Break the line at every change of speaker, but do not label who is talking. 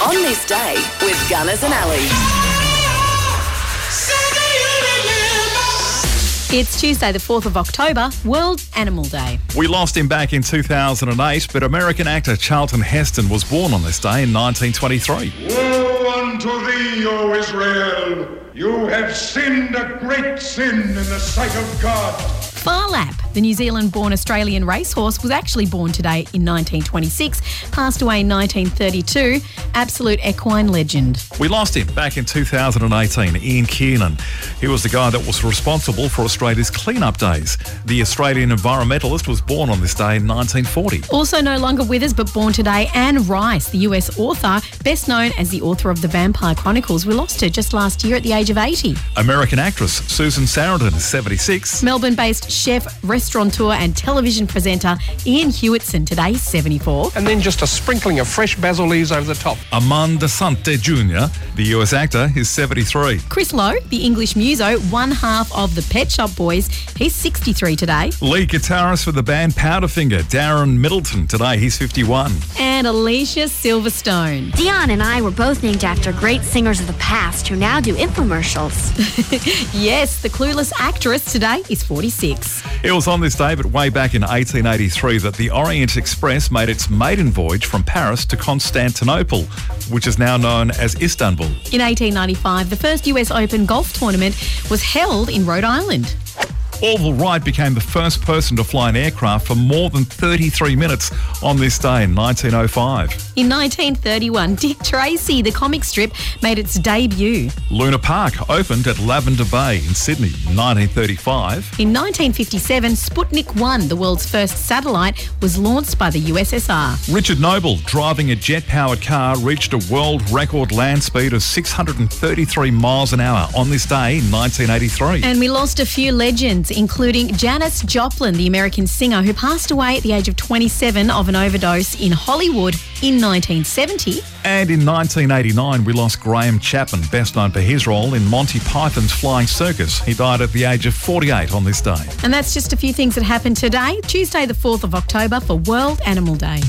on this day with Gunners and Alley.
It's Tuesday, the 4th of October, World Animal Day.
We lost him back in 2008, but American actor Charlton Heston was born on this day in 1923.
Woe unto thee, O Israel! You have sinned a great sin in the sight of God.
Farlap, the New Zealand born Australian racehorse, was actually born today in 1926, passed away in 1932, absolute equine legend.
We lost him back in 2018, Ian Kiernan. He was the guy that was responsible for Australia's clean-up days. The Australian environmentalist was born on this day in 1940.
Also, no longer with us, but born today, Anne Rice, the US author, best known as the author of The Vampire Chronicles. We lost her just last year at the age of 80.
American actress Susan Sarandon is 76.
Melbourne based chef, restaurateur, and television presenter Ian Hewitson, today 74.
and then just a sprinkling of fresh basil leaves over the top.
Amanda Sante Jr., the US actor, is 73.
Chris Lowe, the English muso, one half of the Pet Shop Boys, he's 63 today.
Lead guitarist for the band Powderfinger, Darren Middleton, today he's 51.
And Alicia Silverstone.
Dion and I were both named after great singers of the past who now do infomercials.
Yes, the clueless actress today is 46.
It was on this day, but way back in 1883, that the Orient Express made its maiden voyage from Paris to Constantinople, which is now known as Istanbul.
In 1895, the first US Open golf tournament was held in Rhode Island.
Orville Wright became the first person to fly an aircraft for more than 33 minutes on this day in 1905.
In 1931, Dick Tracy, the comic strip, made its debut.
Luna Park opened at Lavender Bay in Sydney in 1935.
In 1957, Sputnik 1, the world's first satellite, was launched by the USSR.
Richard Noble, driving a jet powered car, reached a world record land speed of 633 miles an hour on this day in 1983.
And we lost a few legends, including Janis Joplin, the American singer who passed away at the age of 27 of an overdose in Hollywood in 1970.
And in 1989, we lost Graham Chapman, best known for his role in Monty Python's Flying Circus. He died at the age of 48 on this day.
And that's just a few things that happened today, Tuesday, the 4th of October, for World Animal Day.